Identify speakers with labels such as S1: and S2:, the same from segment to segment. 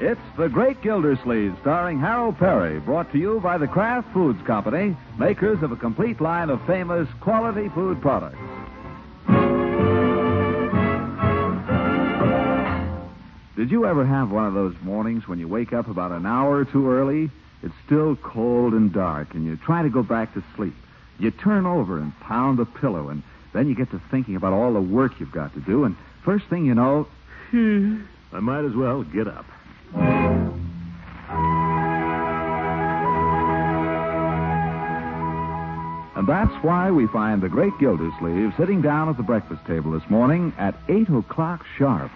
S1: It's The Great Gildersleeve, starring Harold Perry, brought to you by the Kraft Foods Company, makers of a complete line of famous quality food products. Did you ever have one of those mornings when you wake up about an hour or two early? It's still cold and dark, and you try to go back to sleep. You turn over and pound the pillow, and then you get to thinking about all the work you've got to do, and first thing you know,
S2: I might as well get up.
S1: And that's why we find the great Gildersleeve sitting down at the breakfast table this morning at 8 o'clock sharp.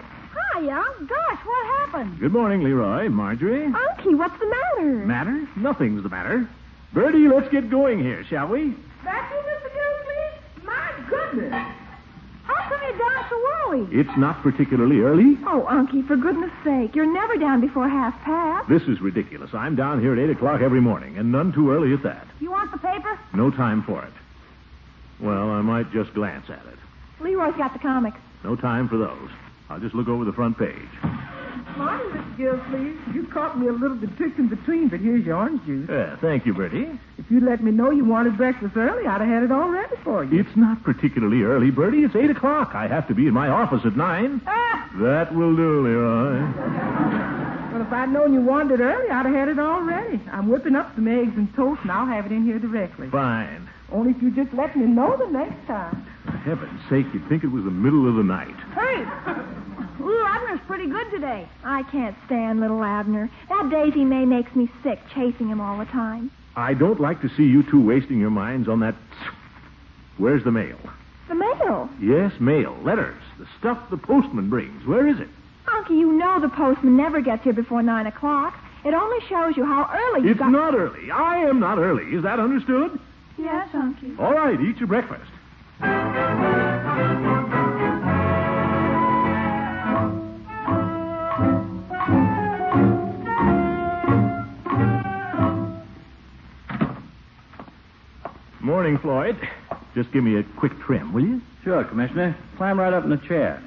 S3: Hiya. Gosh, what happened?
S2: Good morning, Leroy. Marjorie?
S3: Unky, what's the matter?
S2: Matter? Nothing's the matter. Bertie, let's get going here, shall we?
S3: That's you, Mr. Gildersleeve? My goodness. How come you're down so early?
S2: It's not particularly early.
S3: Oh, Unky, for goodness sake, you're never down before half past.
S2: This is ridiculous. I'm down here at 8 o'clock every morning, and none too early at that.
S3: You want the paper?
S2: No time for it. Well, I might just glance at it.
S3: Leroy's got the comic.
S2: No time for those. I'll just look over the front page.
S4: Morning, Miss Gilsleeve. You caught me a little bit tricked in between, but here's your orange juice.
S2: Yeah, thank you, Bertie.
S4: If you'd let me know you wanted breakfast early, I'd have had it all ready for you.
S2: It's not particularly early, Bertie. It's 8 o'clock. I have to be in my office at 9.
S3: Ah,
S2: That will do, Leroy.
S4: Well, if I'd known you wanted it early, I'd have had it all ready. I'm whipping up some eggs and toast, and I'll have it in here directly.
S2: Fine.
S4: Only if you just let me know the next time.
S2: For heaven's sake, you'd think it was the middle of the night.
S3: hey. Ooh, Abner's pretty good today. I can't stand little Abner. That Daisy May makes me sick chasing him all the time.
S2: I don't like to see you two wasting your minds on that. Where's the mail?
S3: The mail.
S2: Yes, mail, letters, the stuff the postman brings. Where is it?
S3: Unky, you know the postman never gets here before 9 o'clock. It only shows you how early you
S2: It's
S3: got...
S2: not early. I am not early. Is that understood?
S3: Yes, Unky.
S2: All right, eat your breakfast. Morning, Floyd. Just give me a quick trim, will you?
S5: Sure, Commissioner. Climb right up in the chair.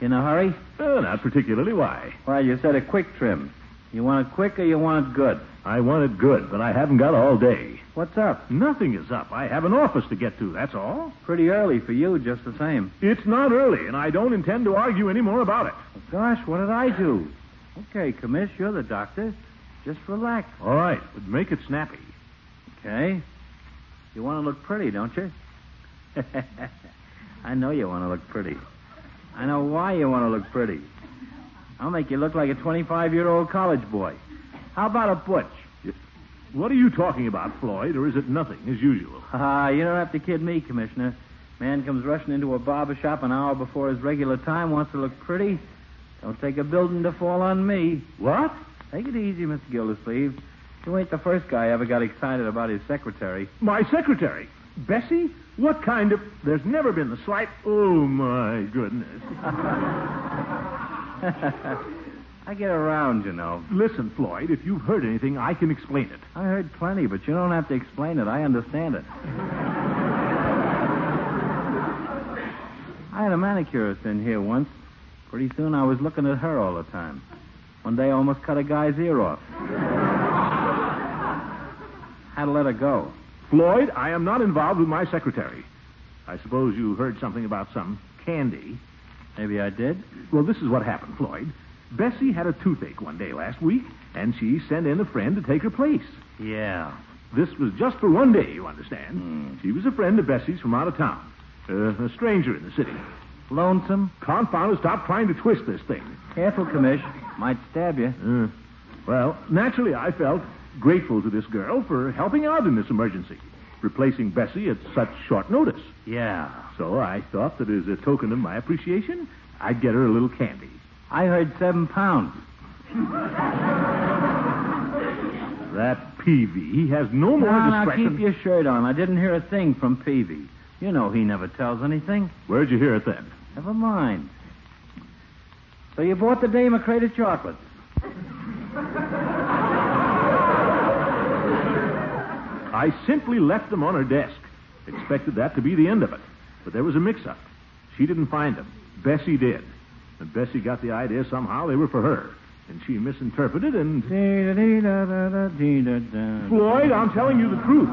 S5: In a hurry?
S2: Oh, not particularly. Why?
S5: Why, you said a quick trim. You want it quick or you want it good?
S2: I want it good, but I haven't got all day.
S5: What's up?
S2: Nothing is up. I have an office to get to, that's all.
S5: Pretty early for you, just the same.
S2: It's not early, and I don't intend to argue any more about it.
S5: Gosh, what did I do? Okay, Commiss, you're the doctor. Just relax,
S2: All right, but make it snappy.
S5: okay? You want to look pretty, don't you? I know you want to look pretty. I know why you want to look pretty. I'll make you look like a 25 year old college boy. How about a butch?
S2: What are you talking about, Floyd, or is it nothing as usual?
S5: Ah, you don't have to kid me, Commissioner. Man comes rushing into a barber shop an hour before his regular time, wants to look pretty. Don't take a building to fall on me.
S2: What?
S5: Take it easy, Mr. Gildersleeve. You ain't the first guy ever got excited about his secretary.
S2: My secretary. Bessie? What kind of. There's never been the slight. Oh, my goodness.
S5: I get around, you know.
S2: Listen, Floyd, if you've heard anything, I can explain it.
S5: I heard plenty, but you don't have to explain it. I understand it. I had a manicurist in here once. Pretty soon I was looking at her all the time. One day I almost cut a guy's ear off. had to let her go.
S2: Floyd, I am not involved with my secretary. I suppose you heard something about some candy.
S5: Maybe I did.
S2: Well, this is what happened, Floyd. Bessie had a toothache one day last week, and she sent in a friend to take her place.
S5: Yeah.
S2: This was just for one day, you understand.
S5: Hmm.
S2: She was a friend of Bessie's from out of town, uh, a stranger in the city.
S5: Lonesome?
S2: Confound it, stop trying to twist this thing.
S5: Careful, Commish. Might stab you.
S2: Uh, well, naturally, I felt grateful to this girl for helping out in this emergency, replacing Bessie at such short notice.
S5: Yeah.
S2: So I thought that as a token of my appreciation, I'd get her a little candy.
S5: I heard seven pounds.
S2: That Peavy, he has no more
S5: now, now,
S2: discretion.
S5: Ah, keep your shirt on. I didn't hear a thing from Peavy.
S6: You know he never tells anything.
S2: Where'd you hear it then?
S6: Never mind. So you bought the dame a crate of chocolate.
S2: I simply left them on her desk. Expected that to be the end of it. But there was a mix up. She didn't find them. Bessie did. And Bessie got the idea somehow they were for her. And she misinterpreted and. Floyd,
S6: Floyd,
S2: I'm telling you the truth.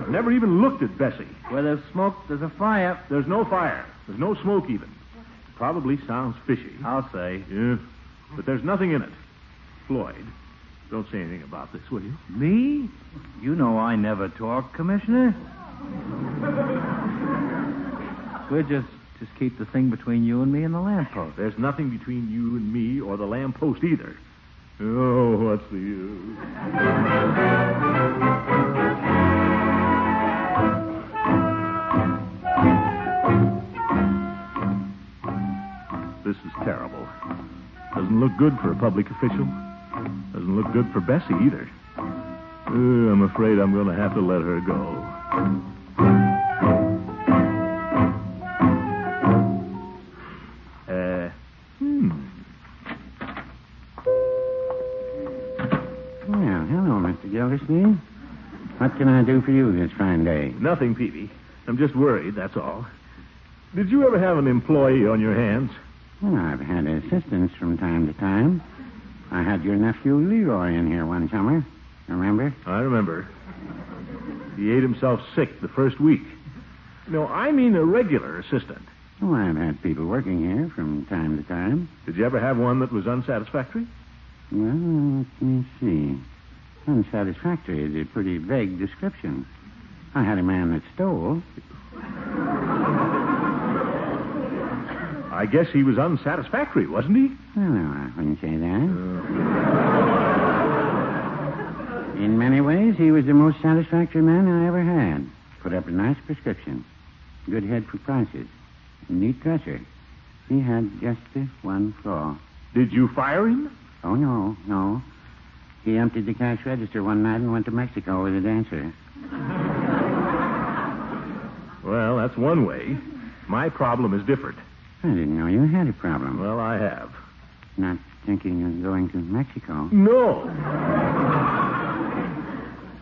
S2: I've never even looked at Bessie.
S6: Where there's smoke, there's a fire.
S2: There's no fire. There's no smoke, even. Probably sounds fishy.
S6: I'll say.
S2: Yeah. But there's nothing in it. Floyd, don't say anything about this, will you?
S6: Me? You know I never talk, Commissioner. We'll just just keep the thing between you and me and the lamppost.
S2: Oh, There's nothing between you and me or the lamppost either. Oh, what's the use? This is terrible. Doesn't look good for a public official. Doesn't look good for Bessie either. Uh, I'm afraid I'm going to have to let her go. Uh, hmm.
S7: Well, hello, Mr. Gildersleeve. What can I do for you this fine day?
S2: Nothing, Peavy. I'm just worried, that's all. Did you ever have an employee on your hands?
S7: Well, I've had assistance from time to time. I had your nephew Leroy in here one summer. Remember?
S2: I remember. He ate himself sick the first week. No, I mean a regular assistant.
S7: Oh, I've had people working here from time to time.
S2: Did you ever have one that was unsatisfactory?
S7: Well, let me see. Unsatisfactory is a pretty vague description. I had a man that stole.
S2: I guess he was unsatisfactory, wasn't he?
S7: Well, no, I wouldn't say that. In many ways, he was the most satisfactory man I ever had. Put up a nice prescription, good head for prices, neat dresser. He had just this one flaw.
S2: Did you fire him?
S7: Oh, no, no. He emptied the cash register one night and went to Mexico with a dancer.
S2: Well, that's one way. My problem is different.
S7: I didn't know you had a problem.
S2: Well, I have.
S7: Not thinking of going to Mexico.
S2: No.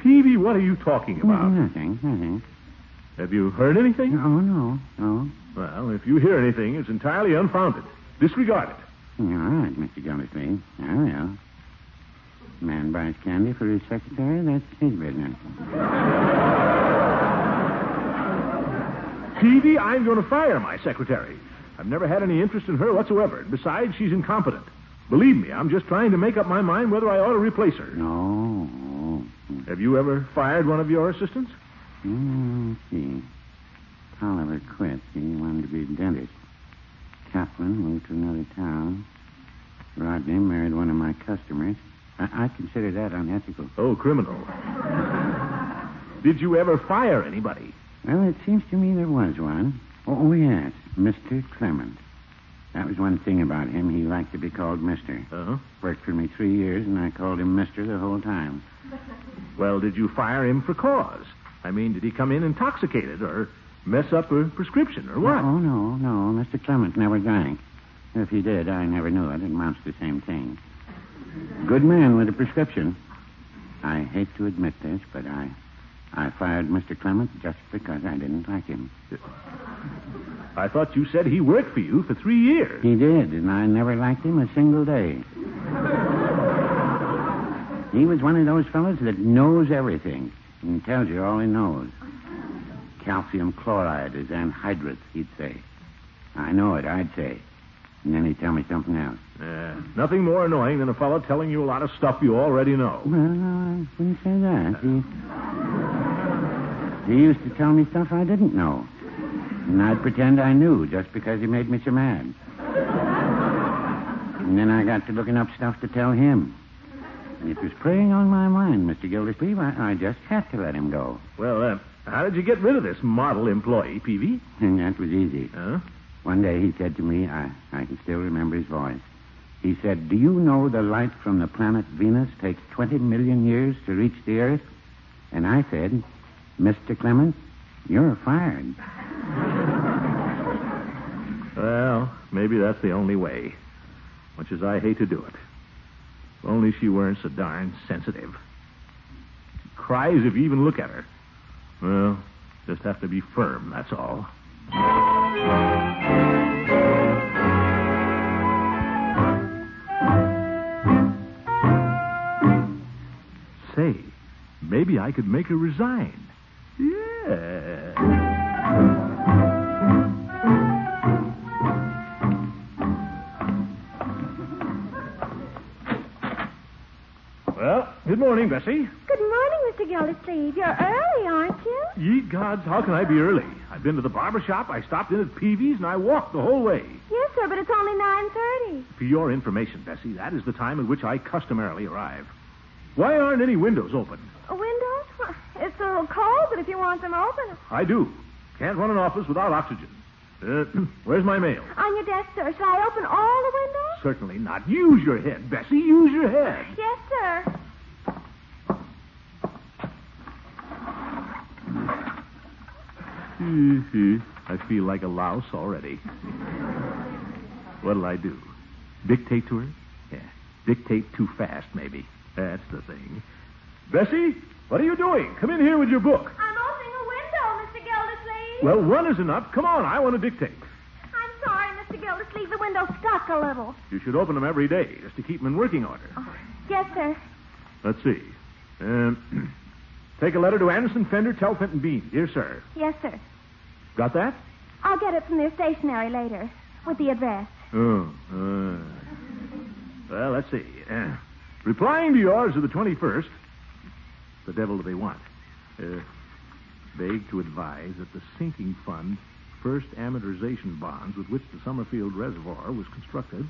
S2: Peavy, what are you talking
S7: Well,
S2: about?
S7: nothing, nothing.
S2: Have you heard anything?
S7: Oh, no, no.
S2: Well, if you hear anything, it's entirely unfounded. Disregard it.
S7: All right, Mr. Gildersleeve. I will. Man buys candy for his secretary, that's his business.
S2: Peavy, I'm going to fire my secretary. I've never had any interest in her whatsoever. Besides, she's incompetent. Believe me, I'm just trying to make up my mind whether I ought to replace her.
S7: No.
S2: Have you ever fired one of your assistants?
S7: Hmm, Let's see. Oliver quit. He wanted to be a dentist. Kaplan moved to another town. Rodney married one of my customers. I, I consider that unethical.
S2: Oh, criminal. Did you ever fire anybody?
S7: Well, it seems to me there was one. Oh, yes, Mr. Clement. That was one thing about him. He liked to be called Mr.
S2: Uh-huh.
S7: Worked for me three years, and I called him Mister the whole time.
S2: Well, did you fire him for cause? I mean, did he come in intoxicated or mess up a prescription or what?
S7: Oh no, no, Mister Clement never drank. If he did, I never knew it. It amounts to the same thing. Good man with a prescription. I hate to admit this, but I, I fired Mister Clement just because I didn't like him.
S2: I thought you said he worked for you for three years.
S7: He did, and I never liked him a single day. he was one of those fellows that knows everything and tells you all he knows. Calcium chloride is anhydrous, he'd say. I know it, I'd say. And then he'd tell me something else.
S2: Yeah. Nothing more annoying than a fellow telling you a lot of stuff you already know.
S7: Well, no, I wouldn't say that. He, he used to tell me stuff I didn't know. And I'd pretend I knew just because he made me so mad. And then I got to looking up stuff to tell him. And it was preying on my mind, Mr. Gildersleeve. I, I just had to let him go.
S2: Well, uh, how did you get rid of this model employee, Peavy?
S7: And that was easy.
S2: Huh?
S7: One day he said to me, I, I can still remember his voice. He said, Do you know the light from the planet Venus takes 20 million years to reach the Earth? And I said, Mr. Clement, you're fired.
S2: Well, maybe that's the only way. Much as I hate to do it. If only she weren't so darn sensitive. She cries if you even look at her. Well, just have to be firm, that's all. Say, maybe I could make her resign. Yeah. Well, good morning, Bessie.
S8: Good morning, Mr. Gildersleeve. You're early, aren't you?
S2: Ye gods, how can I be early? I've been to the barber shop, I stopped in at Peavy's, and I walked the whole way.
S8: Yes, sir, but it's only 9.30.
S2: For your information, Bessie, that is the time at which I customarily arrive. Why aren't any windows open?
S8: Windows? Well, It's a little cold, but if you want them open,
S2: I do. Can't run an office without oxygen. Uh, where's my mail?
S8: on your desk, sir. Shall I open all the windows?
S2: Certainly not. Use your head, Bessie. Use your head.
S8: Yes, sir.
S2: Mm-hmm. I feel like a louse already. What'll I do? Dictate to her? Yeah. Dictate too fast, maybe. That's the thing. Bessie, what are you doing? Come in here with your book.
S8: I'm opening a window, Mr. Gildersleeve.
S2: Well, one is enough. Come on, I want to dictate.
S8: I'm sorry, Mr. Gildersleeve. The window's stuck a little.
S2: You should open them every day just to keep them in working order.
S8: Yes, sir.
S2: Let's see. Um, take a letter to Anderson Fender, tell Fenton Bean. Dear sir.
S8: Yes, sir.
S2: Got that?
S8: I'll get it from their stationery later with the address.
S2: Oh. Uh. Well, let's see. Uh, replying to yours of the 21st, the devil do they want? Uh, beg to advise that the sinking fund, first amortization bonds with which the Summerfield Reservoir was constructed,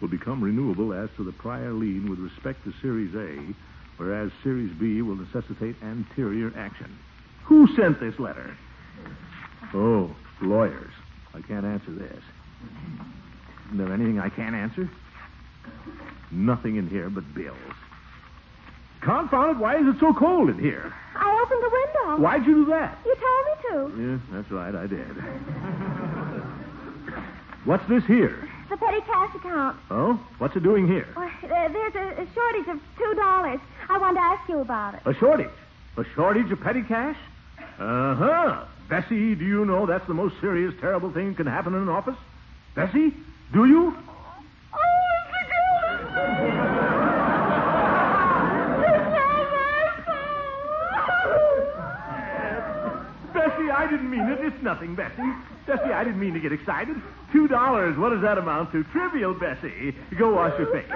S2: will become renewable as to the prior lien with respect to Series A, whereas Series B will necessitate anterior action. Who sent this letter? Oh, lawyers. I can't answer this. Is there anything I can't answer? Nothing in here but bills. Confound it, why is it so cold in here?
S8: I opened the window.
S2: Why'd you do that?
S8: You told me
S2: Yeah, that's right, I did. What's this here?
S8: to. The petty cash account.
S2: Oh? What's it doing here?
S8: Why, there- There's a a shortage of two dollars. I wanted to ask you about it.
S2: A shortage. A shortage of petty cash? Uh huh. Bessie, do you know that's the most serious, terrible thing that can happen in an office? Bessie, do you? Bessie, I didn't mean it. It's nothing, Bessie. Bessie, I didn't mean to get excited. Two dollars, what does that amount to? Trivial, Bessie. Go wash your face.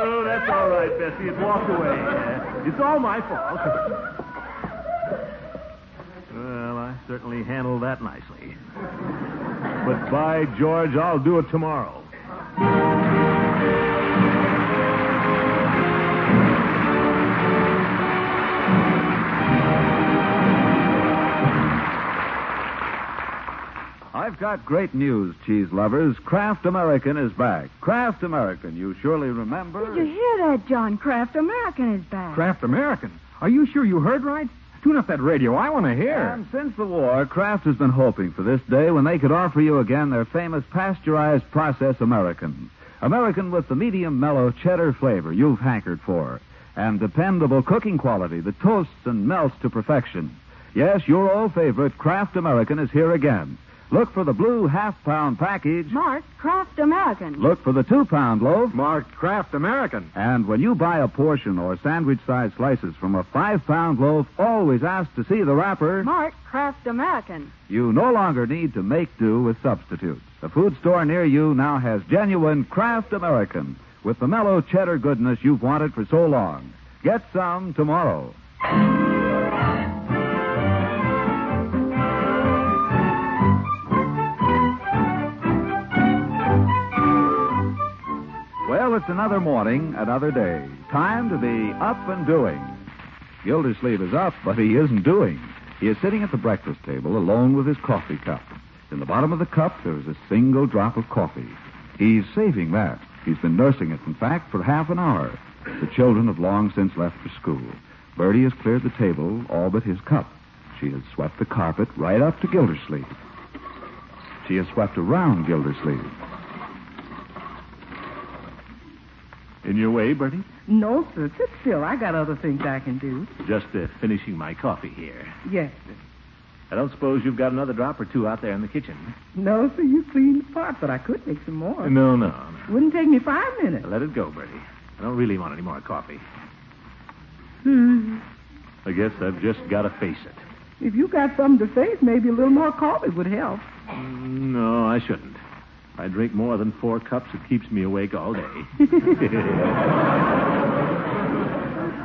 S2: Oh, that's all right, Bessie. It walked away. Uh, It's all my fault. Well, I certainly handled that nicely. But by George, I'll do it tomorrow.
S5: I've got great news, cheese lovers. Kraft American is back. Kraft American, you surely remember.
S9: Did you hear that, John Kraft? American is back.
S10: Kraft American. Are you sure you heard right? Tune up that radio. I want to hear.
S5: And since the war, Kraft has been hoping for this day when they could offer you again their famous pasteurized process American. American with the medium mellow cheddar flavor you've hankered for, and dependable cooking quality that toasts and melts to perfection. Yes, your old favorite Kraft American is here again. Look for the blue half pound package.
S9: Mark Kraft American.
S5: Look for the two pound loaf.
S10: Marked Kraft American.
S5: And when you buy a portion or sandwich sized slices from a five pound loaf, always ask to see the wrapper.
S9: Mark Kraft American.
S5: You no longer need to make do with substitutes. The food store near you now has genuine Kraft American with the mellow cheddar goodness you've wanted for so long. Get some tomorrow. Well, it's another morning, another day. Time to be up and doing. Gildersleeve is up, but he isn't doing. He is sitting at the breakfast table alone with his coffee cup. In the bottom of the cup, there is a single drop of coffee. He's saving that. He's been nursing it, in fact, for half an hour. The children have long since left for school. Bertie has cleared the table, all but his cup. She has swept the carpet right up to Gildersleeve. She has swept around Gildersleeve. In your way, Bertie?
S4: No, sir. Sit still. I got other things I can do.
S2: Just uh, finishing my coffee here.
S4: Yes, sir.
S2: I don't suppose you've got another drop or two out there in the kitchen.
S4: No, sir. You cleaned the pot, but I could make some more.
S2: No, no. no.
S4: Wouldn't take me five minutes.
S2: Let it go, Bertie. I don't really want any more coffee.
S4: Hmm.
S2: I guess I've just got to face it.
S4: If you got something to face, maybe a little more coffee would help.
S2: Mm, No, I shouldn't. If I drink more than four cups, it keeps me awake all day.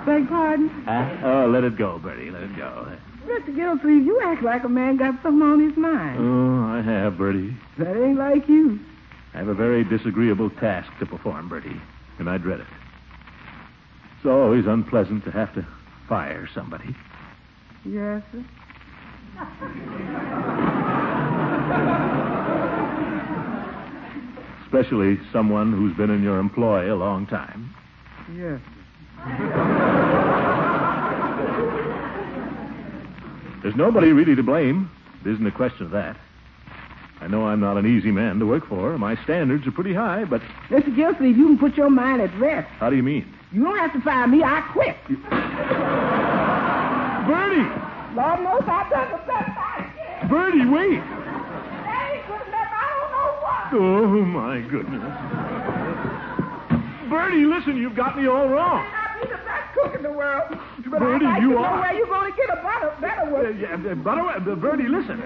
S4: Beg pardon?
S2: Ah, oh, let it go, Bertie. Let it go.
S4: Mr. Gildersleeve, you act like a man got something on his mind.
S2: Oh, I have, Bertie.
S4: That ain't like you.
S2: I have a very disagreeable task to perform, Bertie, and I dread it. It's always unpleasant to have to fire somebody.
S4: Yes, sir.
S2: Especially someone who's been in your employ a long time.
S4: Yes.
S2: There's nobody really to blame. It isn't a question of that. I know I'm not an easy man to work for. My standards are pretty high, but
S4: Mr. Gildersleeve, you can put your mind at rest.
S2: how do you mean?
S4: You don't have to fire me. I quit.
S2: Bertie!
S4: Lord knows I've done the best I can.
S2: Bertie, wait!
S4: They ain't good enough. I don't know why.
S2: Oh, my goodness. Bertie, listen, you've got me all wrong.
S4: I'll be the best cook in the world. But
S2: Bertie,
S4: I'd like
S2: you
S4: to
S2: are.
S4: know where you're going to get a better, better
S2: Uh,
S4: one.
S2: yeah, uh, by the way, uh, Bertie, listen.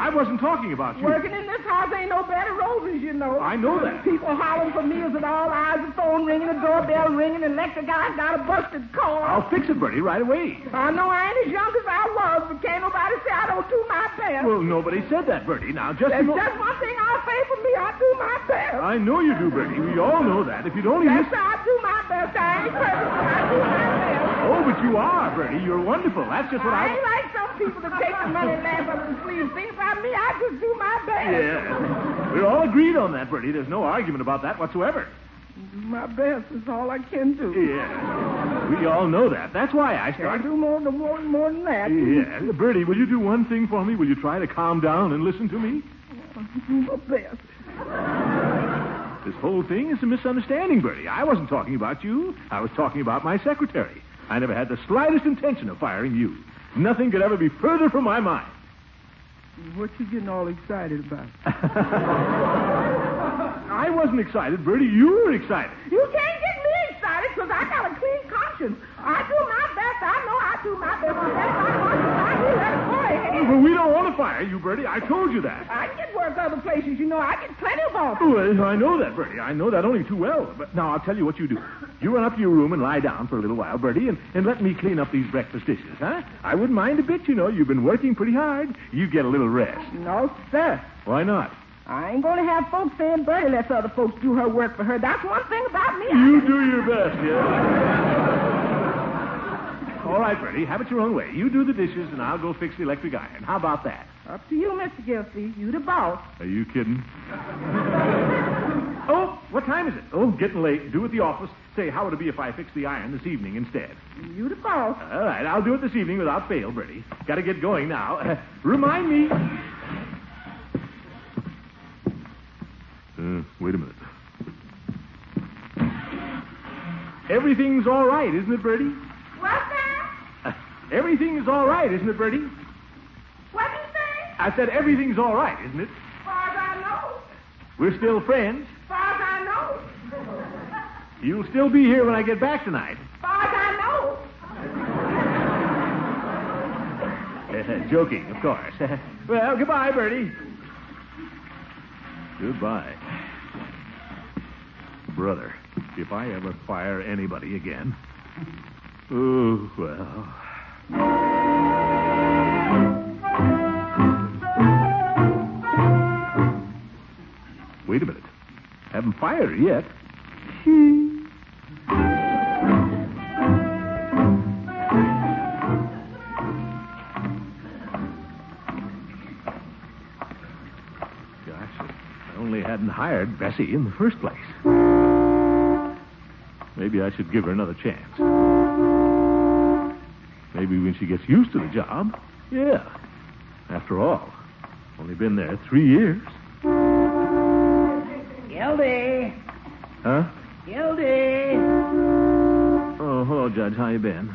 S2: I wasn't talking about you.
S4: Working in this house ain't no bed of roses, you know.
S2: I know that.
S4: People hollering for meals at all hours, the phone ringing, the doorbell ringing, and electric guy's got a busted car.
S2: I'll fix it, Bertie, right away.
S4: I know I ain't as young as I was, but can't nobody say I don't do my best.
S2: Well, nobody said that, Bertie. Now, just...
S4: That's
S2: no-
S4: just one thing I'll say for me. I do my best.
S2: I know you do, Bertie. We all know that. If you'd only...
S4: That's
S2: listen-
S4: how I do my best. I ain't perfect, but I do my best.
S2: Oh, but you are, Bertie. You're wonderful. That's just what
S4: I
S2: I...
S4: ain't like some people that take the money and laugh up the sleeves. Think about me, I just do my best.
S2: Yeah. We're all agreed on that, Bertie. There's no argument about that whatsoever.
S4: Do my best is all I can do.
S2: Yeah. We all know that. That's why I
S4: Can't
S2: started...
S4: do more than more, more than that.
S2: Yeah. Bertie, will you do one thing for me? Will you try to calm down and listen to me?
S4: Do my best.
S2: This whole thing is a misunderstanding, Bertie. I wasn't talking about you. I was talking about my secretary. I never had the slightest intention of firing you. Nothing could ever be further from my mind.
S4: What you getting all excited about?
S2: I wasn't excited, Bertie. You were excited.
S4: You can't get me excited because I got a clean conscience. I do my best. I know I do my best. But that's my conscience. I do that for ahead.
S2: Well, we don't want to fire you, Bertie. I told you that.
S4: I can get work other places, you know. I get plenty of offers.
S2: Well, I know that, Bertie. I know that only too well. But now I'll tell you what you do. You run up to your room and lie down for a little while, Bertie, and, and let me clean up these breakfast dishes, huh? I wouldn't mind a bit, you know. You've been working pretty hard. You get a little rest.
S4: No, sir.
S2: Why not?
S4: I ain't going to have folks saying Bertie lets other folks do her work for her. That's one thing about me. I-
S2: You do your best, yeah. All right, Bertie, have it your own way. You do the dishes, and I'll go fix the electric iron. How about that?
S4: Up to you, Mr. Gilsey. You the boss.
S2: Are you kidding? oh, what time is it? Oh, getting late. Do at the office. Say, how would it be if I fixed the iron this evening instead?
S4: You the boss.
S2: All right, I'll do it this evening without fail, Bertie. Got to get going now. Remind me. Uh, wait a minute. Everything's all right, isn't it, Bertie?
S8: What's that?
S2: Uh, everything's all right, isn't it, Bertie?
S8: What do you say?
S2: I said everything's all right, isn't it?
S4: Far as I know.
S2: We're still friends.
S4: Far as I know.
S2: You'll still be here when I get back tonight.
S4: Far as I know.
S2: Joking, of course. well, goodbye, Bertie. Goodbye. Brother, if I ever fire anybody again. Oh, well. Wait a minute. Haven't fired her yet. Gosh, if I only hadn't hired Bessie in the first place. Maybe I should give her another chance. Maybe when she gets used to the job. Yeah. After all, only been there three years.
S4: Guilty.
S2: Huh?
S4: Guilty.
S2: Oh, hello, Judge. How you been?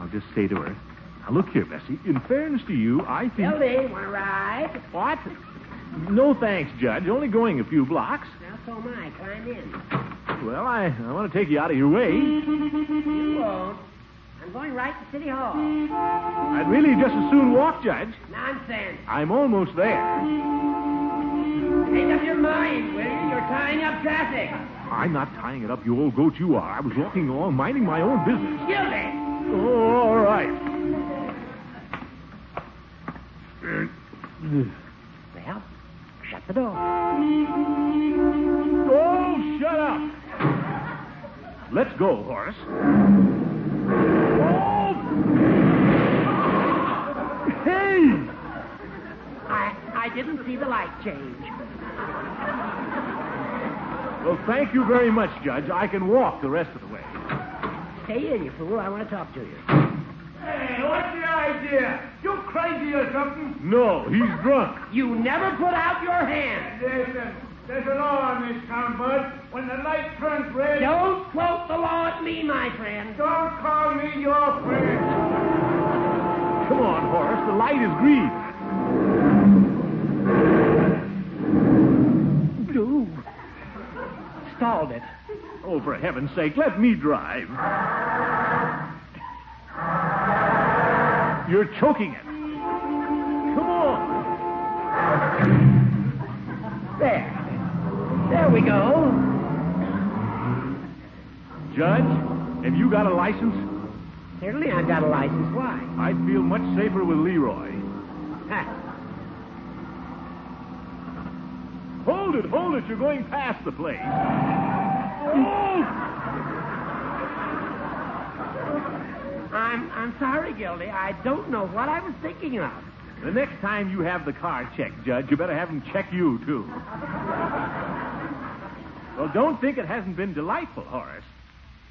S2: I'll just say to her. Now, look here, Bessie. In fairness to you, I think.
S4: Guilty. Want to ride?
S2: What? No thanks, Judge. Only going a few blocks.
S4: Now so am I. Climb in.
S2: Well, I, I want to take you out of your way.
S4: You won't. I'm going right to City Hall.
S2: I'd really just as soon walk, Judge.
S4: Nonsense.
S2: I'm almost there.
S4: Make up your mind, will you? You're tying up traffic.
S2: I'm not tying it up, you old goat you are. I was walking along, minding my own business.
S4: Guilty.
S2: Oh, all right.
S4: Well, shut the door.
S2: Oh, shut up. Let's go, Horace. Oh! Hey!
S4: I I didn't see the light change.
S2: Well, thank you very much, Judge. I can walk the rest of the way.
S4: Stay in, you fool. I want to talk to you.
S2: Hey, what's the idea? You crazy or something? No, he's drunk.
S4: You never put out your hand.
S11: Listen, there's a law in this town, bud. When the light turns red,
S4: Don't quote the law at me, my friend.
S11: don't call me your friend.
S2: Come on, Horace. The light is green.
S4: Blue. Stalled it.
S2: Oh, for heaven's sake, let me drive. You're choking it. Come on.
S4: There. There we go.
S2: Judge, have you got a license?
S4: Certainly I've got a license. Why?
S2: I'd feel much safer with Leroy.
S4: Ha.
S2: Hold it, hold it. You're going past the place. Oh!
S4: I'm I'm sorry, Gildy. I don't know what I was thinking of.
S2: The next time you have the car checked, Judge, you better have them check you, too. well, don't think it hasn't been delightful, Horace.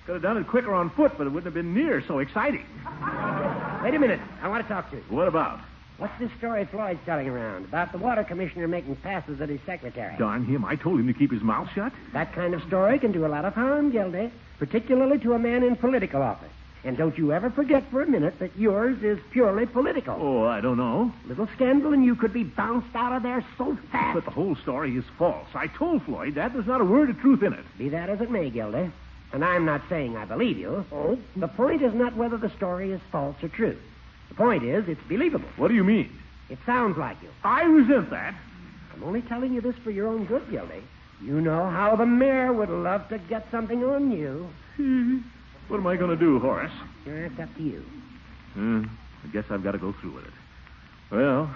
S2: Could have done it quicker on foot, but it wouldn't have been near so exciting.
S4: Wait a minute. I want to talk to you.
S2: What about?
S4: What's this story Floyd's telling around about the water commissioner making passes at his secretary?
S2: Darn him. I told him to keep his mouth shut.
S4: That kind of story can do a lot of harm, Gildy, particularly to a man in political office. And don't you ever forget for a minute that yours is purely political.
S2: Oh, I don't know.
S4: Little scandal, and you could be bounced out of there so fast.
S2: But the whole story is false. I told Floyd that. There's not a word of truth in it.
S4: Be that as it may, Gilda, and I'm not saying I believe you, the point is not whether the story is false or true. The point is, it's believable.
S2: What do you mean?
S4: It sounds like you.
S2: I resent that.
S4: I'm only telling you this for your own good, Gildy. You know how the mayor would love to get something on you.
S2: What am I going to do, Horace?
S4: It's up to you.
S2: Hmm, I guess I've got to go through with it. Well,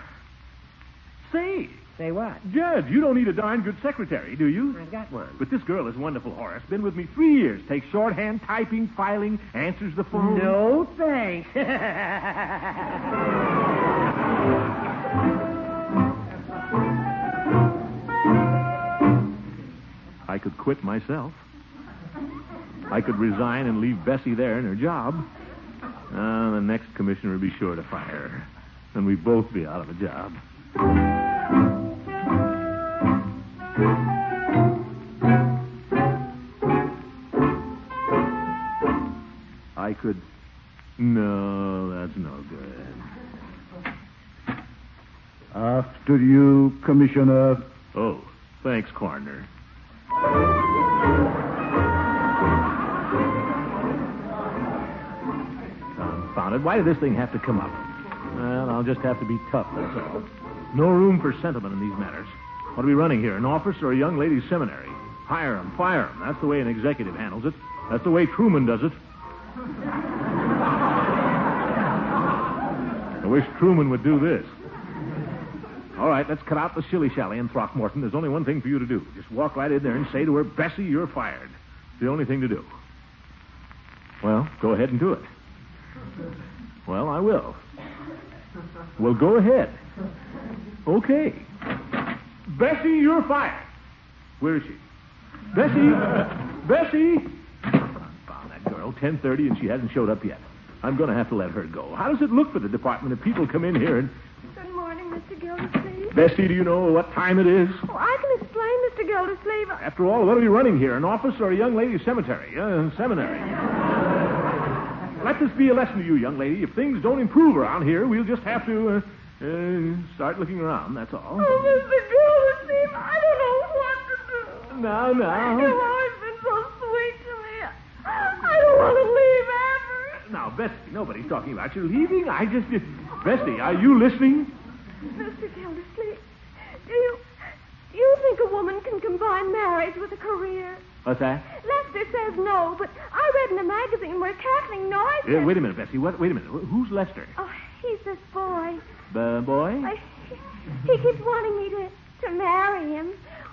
S2: say,
S4: Say what?
S2: Judge, you don't need a darn good secretary, do you?
S4: I've got one.
S2: But this girl is wonderful, Horace. Been with me three years. Takes shorthand, typing, filing, answers the phone.
S4: No thanks. Hello,
S2: I could quit myself. I could resign and leave Bessie there in her job. Uh, the next commissioner would be sure to fire her. And we'd both be out of a job. I could. No, that's no good.
S5: After you, Commissioner.
S2: Oh, thanks, Coroner. Confound it. Why did this thing have to come up? Well, I'll just have to be tough, that's all. No room for sentiment in these matters. What are we running here, an office or a young ladies' seminary? Hire 'em, fire 'em. That's the way an executive handles it. That's the way Truman does it. I wish Truman would do this. All right, let's cut out the shilly shally and Throckmorton. There's only one thing for you to do. Just walk right in there and say to her, Bessie, you're fired. It's the only thing to do. Well, go ahead and do it. Well, I will. Well, go ahead. Okay. Bessie, you're fired. Where is she? Bessie! Bessie! Found that girl. 10.30 and she hasn't showed up yet. I'm going to have to let her go. How does it look for the department if people come in here and.
S3: Good morning, Mr. Gildersleeve.
S2: Bessie, do you know what time it is?
S3: Oh, I can explain, Mr. Gildersleeve. I-
S2: After all, what are we running here? An office or a young lady's cemetery? Uh, seminary. Let this be a lesson to you, young lady. If things don't improve around here, we'll just have to uh, uh, start looking around, that's all.
S12: Oh, Mr. Gildersleeve, I don't know what to do.
S2: Now, now.
S12: You've always been so sweet to me. I don't want to leave ever.
S2: Now, Bessie, nobody's talking about you leaving. I just. Bessie, are you listening?
S3: Mr. Gildersleeve, do you, do you think a woman can combine marriage with a career?
S2: What's that?
S3: Lester says no, but I read in a magazine where Kathleen Noyes.
S2: Uh, wait a minute, Bessie. What, wait a minute. Wh- Who's Lester?
S3: Oh, he's this boy.
S2: The boy?
S3: I, he keeps wanting me to, to marry him.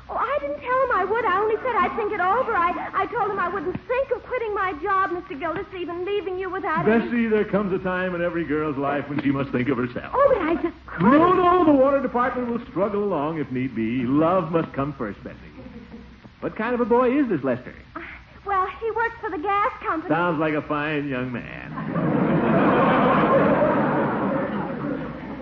S3: Oh, I didn't tell him I would. I only said I'd think it over. I, I told him I wouldn't think of quitting my job, Mr. Gildersleeve, and leaving you without any-
S2: Bessie, there comes a time in every girl's life when she must think of herself.
S3: Oh, but I just couldn't.
S2: No, no, the water department will struggle along if need be. Love must come first, Bessie. What kind of a boy is this Lester?
S3: uh, Well, he works for the gas company.
S2: Sounds like a fine young man.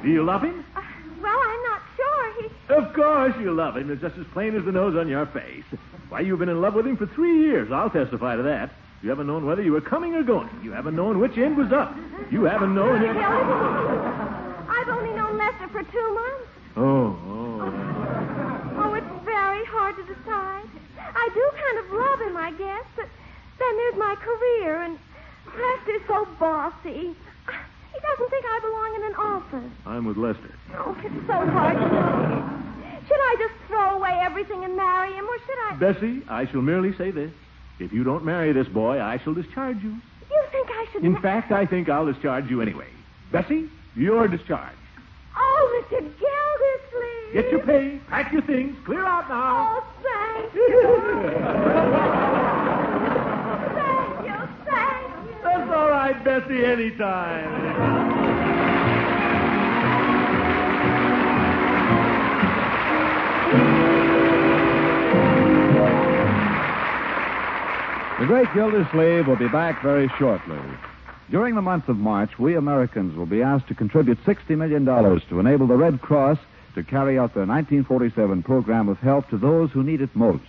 S2: Do you love him?
S3: Uh, Well, I'm not sure. He.
S2: Of course you love him. It's just as plain as the nose on your face. Why, you've been in love with him for three years. I'll testify to that. You haven't known whether you were coming or going. You haven't known which end was up. You haven't known.
S3: Mr. Gildersleeve, I've only known Lester for two months.
S2: Oh, oh.
S3: Oh, it's very hard to decide. I do kind of love him, I guess, but then there's my career, and Lester's so bossy. He doesn't think I belong in an office.
S2: I'm with Lester.
S3: Oh, it's so hard to know. Should I just throw away everything and marry him, or should I?
S2: Bessie, I shall merely say this. If you don't marry this boy, I shall discharge you.
S3: You think I should?
S2: In fact, I think I'll discharge you anyway. Bessie, you're discharged.
S3: Oh, Mr. Gildersleeve.
S2: Get your pay, pack your things, clear out now.
S3: Oh, thank you. thank you, thank you.
S2: That's all right, Bessie, anytime.
S5: The Great Gildersleeve will be back very shortly. During the month of March, we Americans will be asked to contribute $60 million to enable the Red Cross to carry out their 1947 program of help to those who need it most.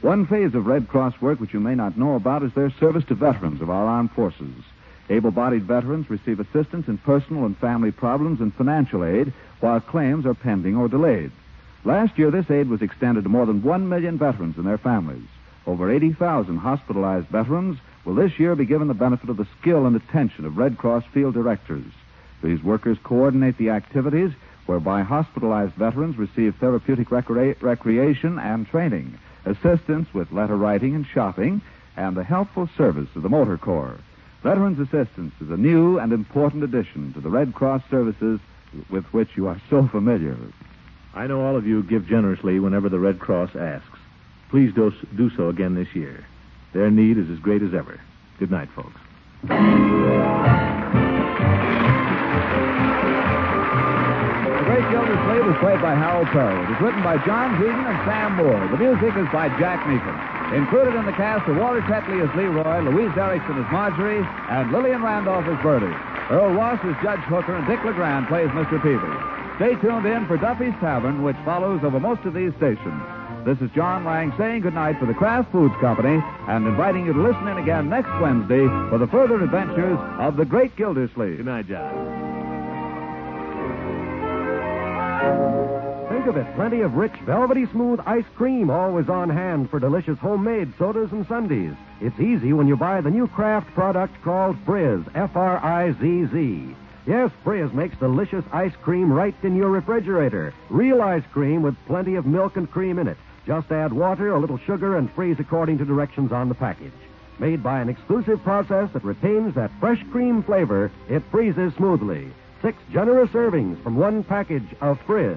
S5: One phase of Red Cross work which you may not know about is their service to veterans of our armed forces. Able bodied veterans receive assistance in personal and family problems and financial aid while claims are pending or delayed. Last year, this aid was extended to more than 1 million veterans and their families. Over 80,000 hospitalized veterans will this year be given the benefit of the skill and attention of Red Cross field directors. These workers coordinate the activities whereby hospitalized veterans receive therapeutic recre- recreation and training, assistance with letter writing and shopping, and the helpful service of the Motor Corps. Veterans Assistance is a new and important addition to the Red Cross services with which you are so familiar.
S2: I know all of you give generously whenever the Red Cross asks. Please do, do so again this year. Their need is as great as ever. Good night, folks.
S5: The Great Gildersleeve is played by Harold Perrill. It is written by John Whedon and Sam Moore. The music is by Jack Meekin. Included in the cast are Walter Tetley as Leroy, Louise Erickson as Marjorie, and Lillian Randolph as Bertie. Earl Ross is Judge Hooker, and Dick LeGrand plays Mr. Peavy. Stay tuned in for Duffy's Tavern, which follows over most of these stations. This is John Lang saying goodnight for the Kraft Foods Company and inviting you to listen in again next Wednesday for the further adventures of the Great Gildersleeve. Good
S2: night, John.
S13: Think of it. Plenty of rich, velvety smooth ice cream always on hand for delicious homemade sodas and sundaes. It's easy when you buy the new Kraft product called Frizz, F R I Z Z. Yes, Frizz makes delicious ice cream right in your refrigerator. Real ice cream with plenty of milk and cream in it. Just add water, a little sugar, and freeze according to directions on the package. Made by an exclusive process that retains that fresh cream flavor, it freezes smoothly. Six generous servings from one package of Frizz.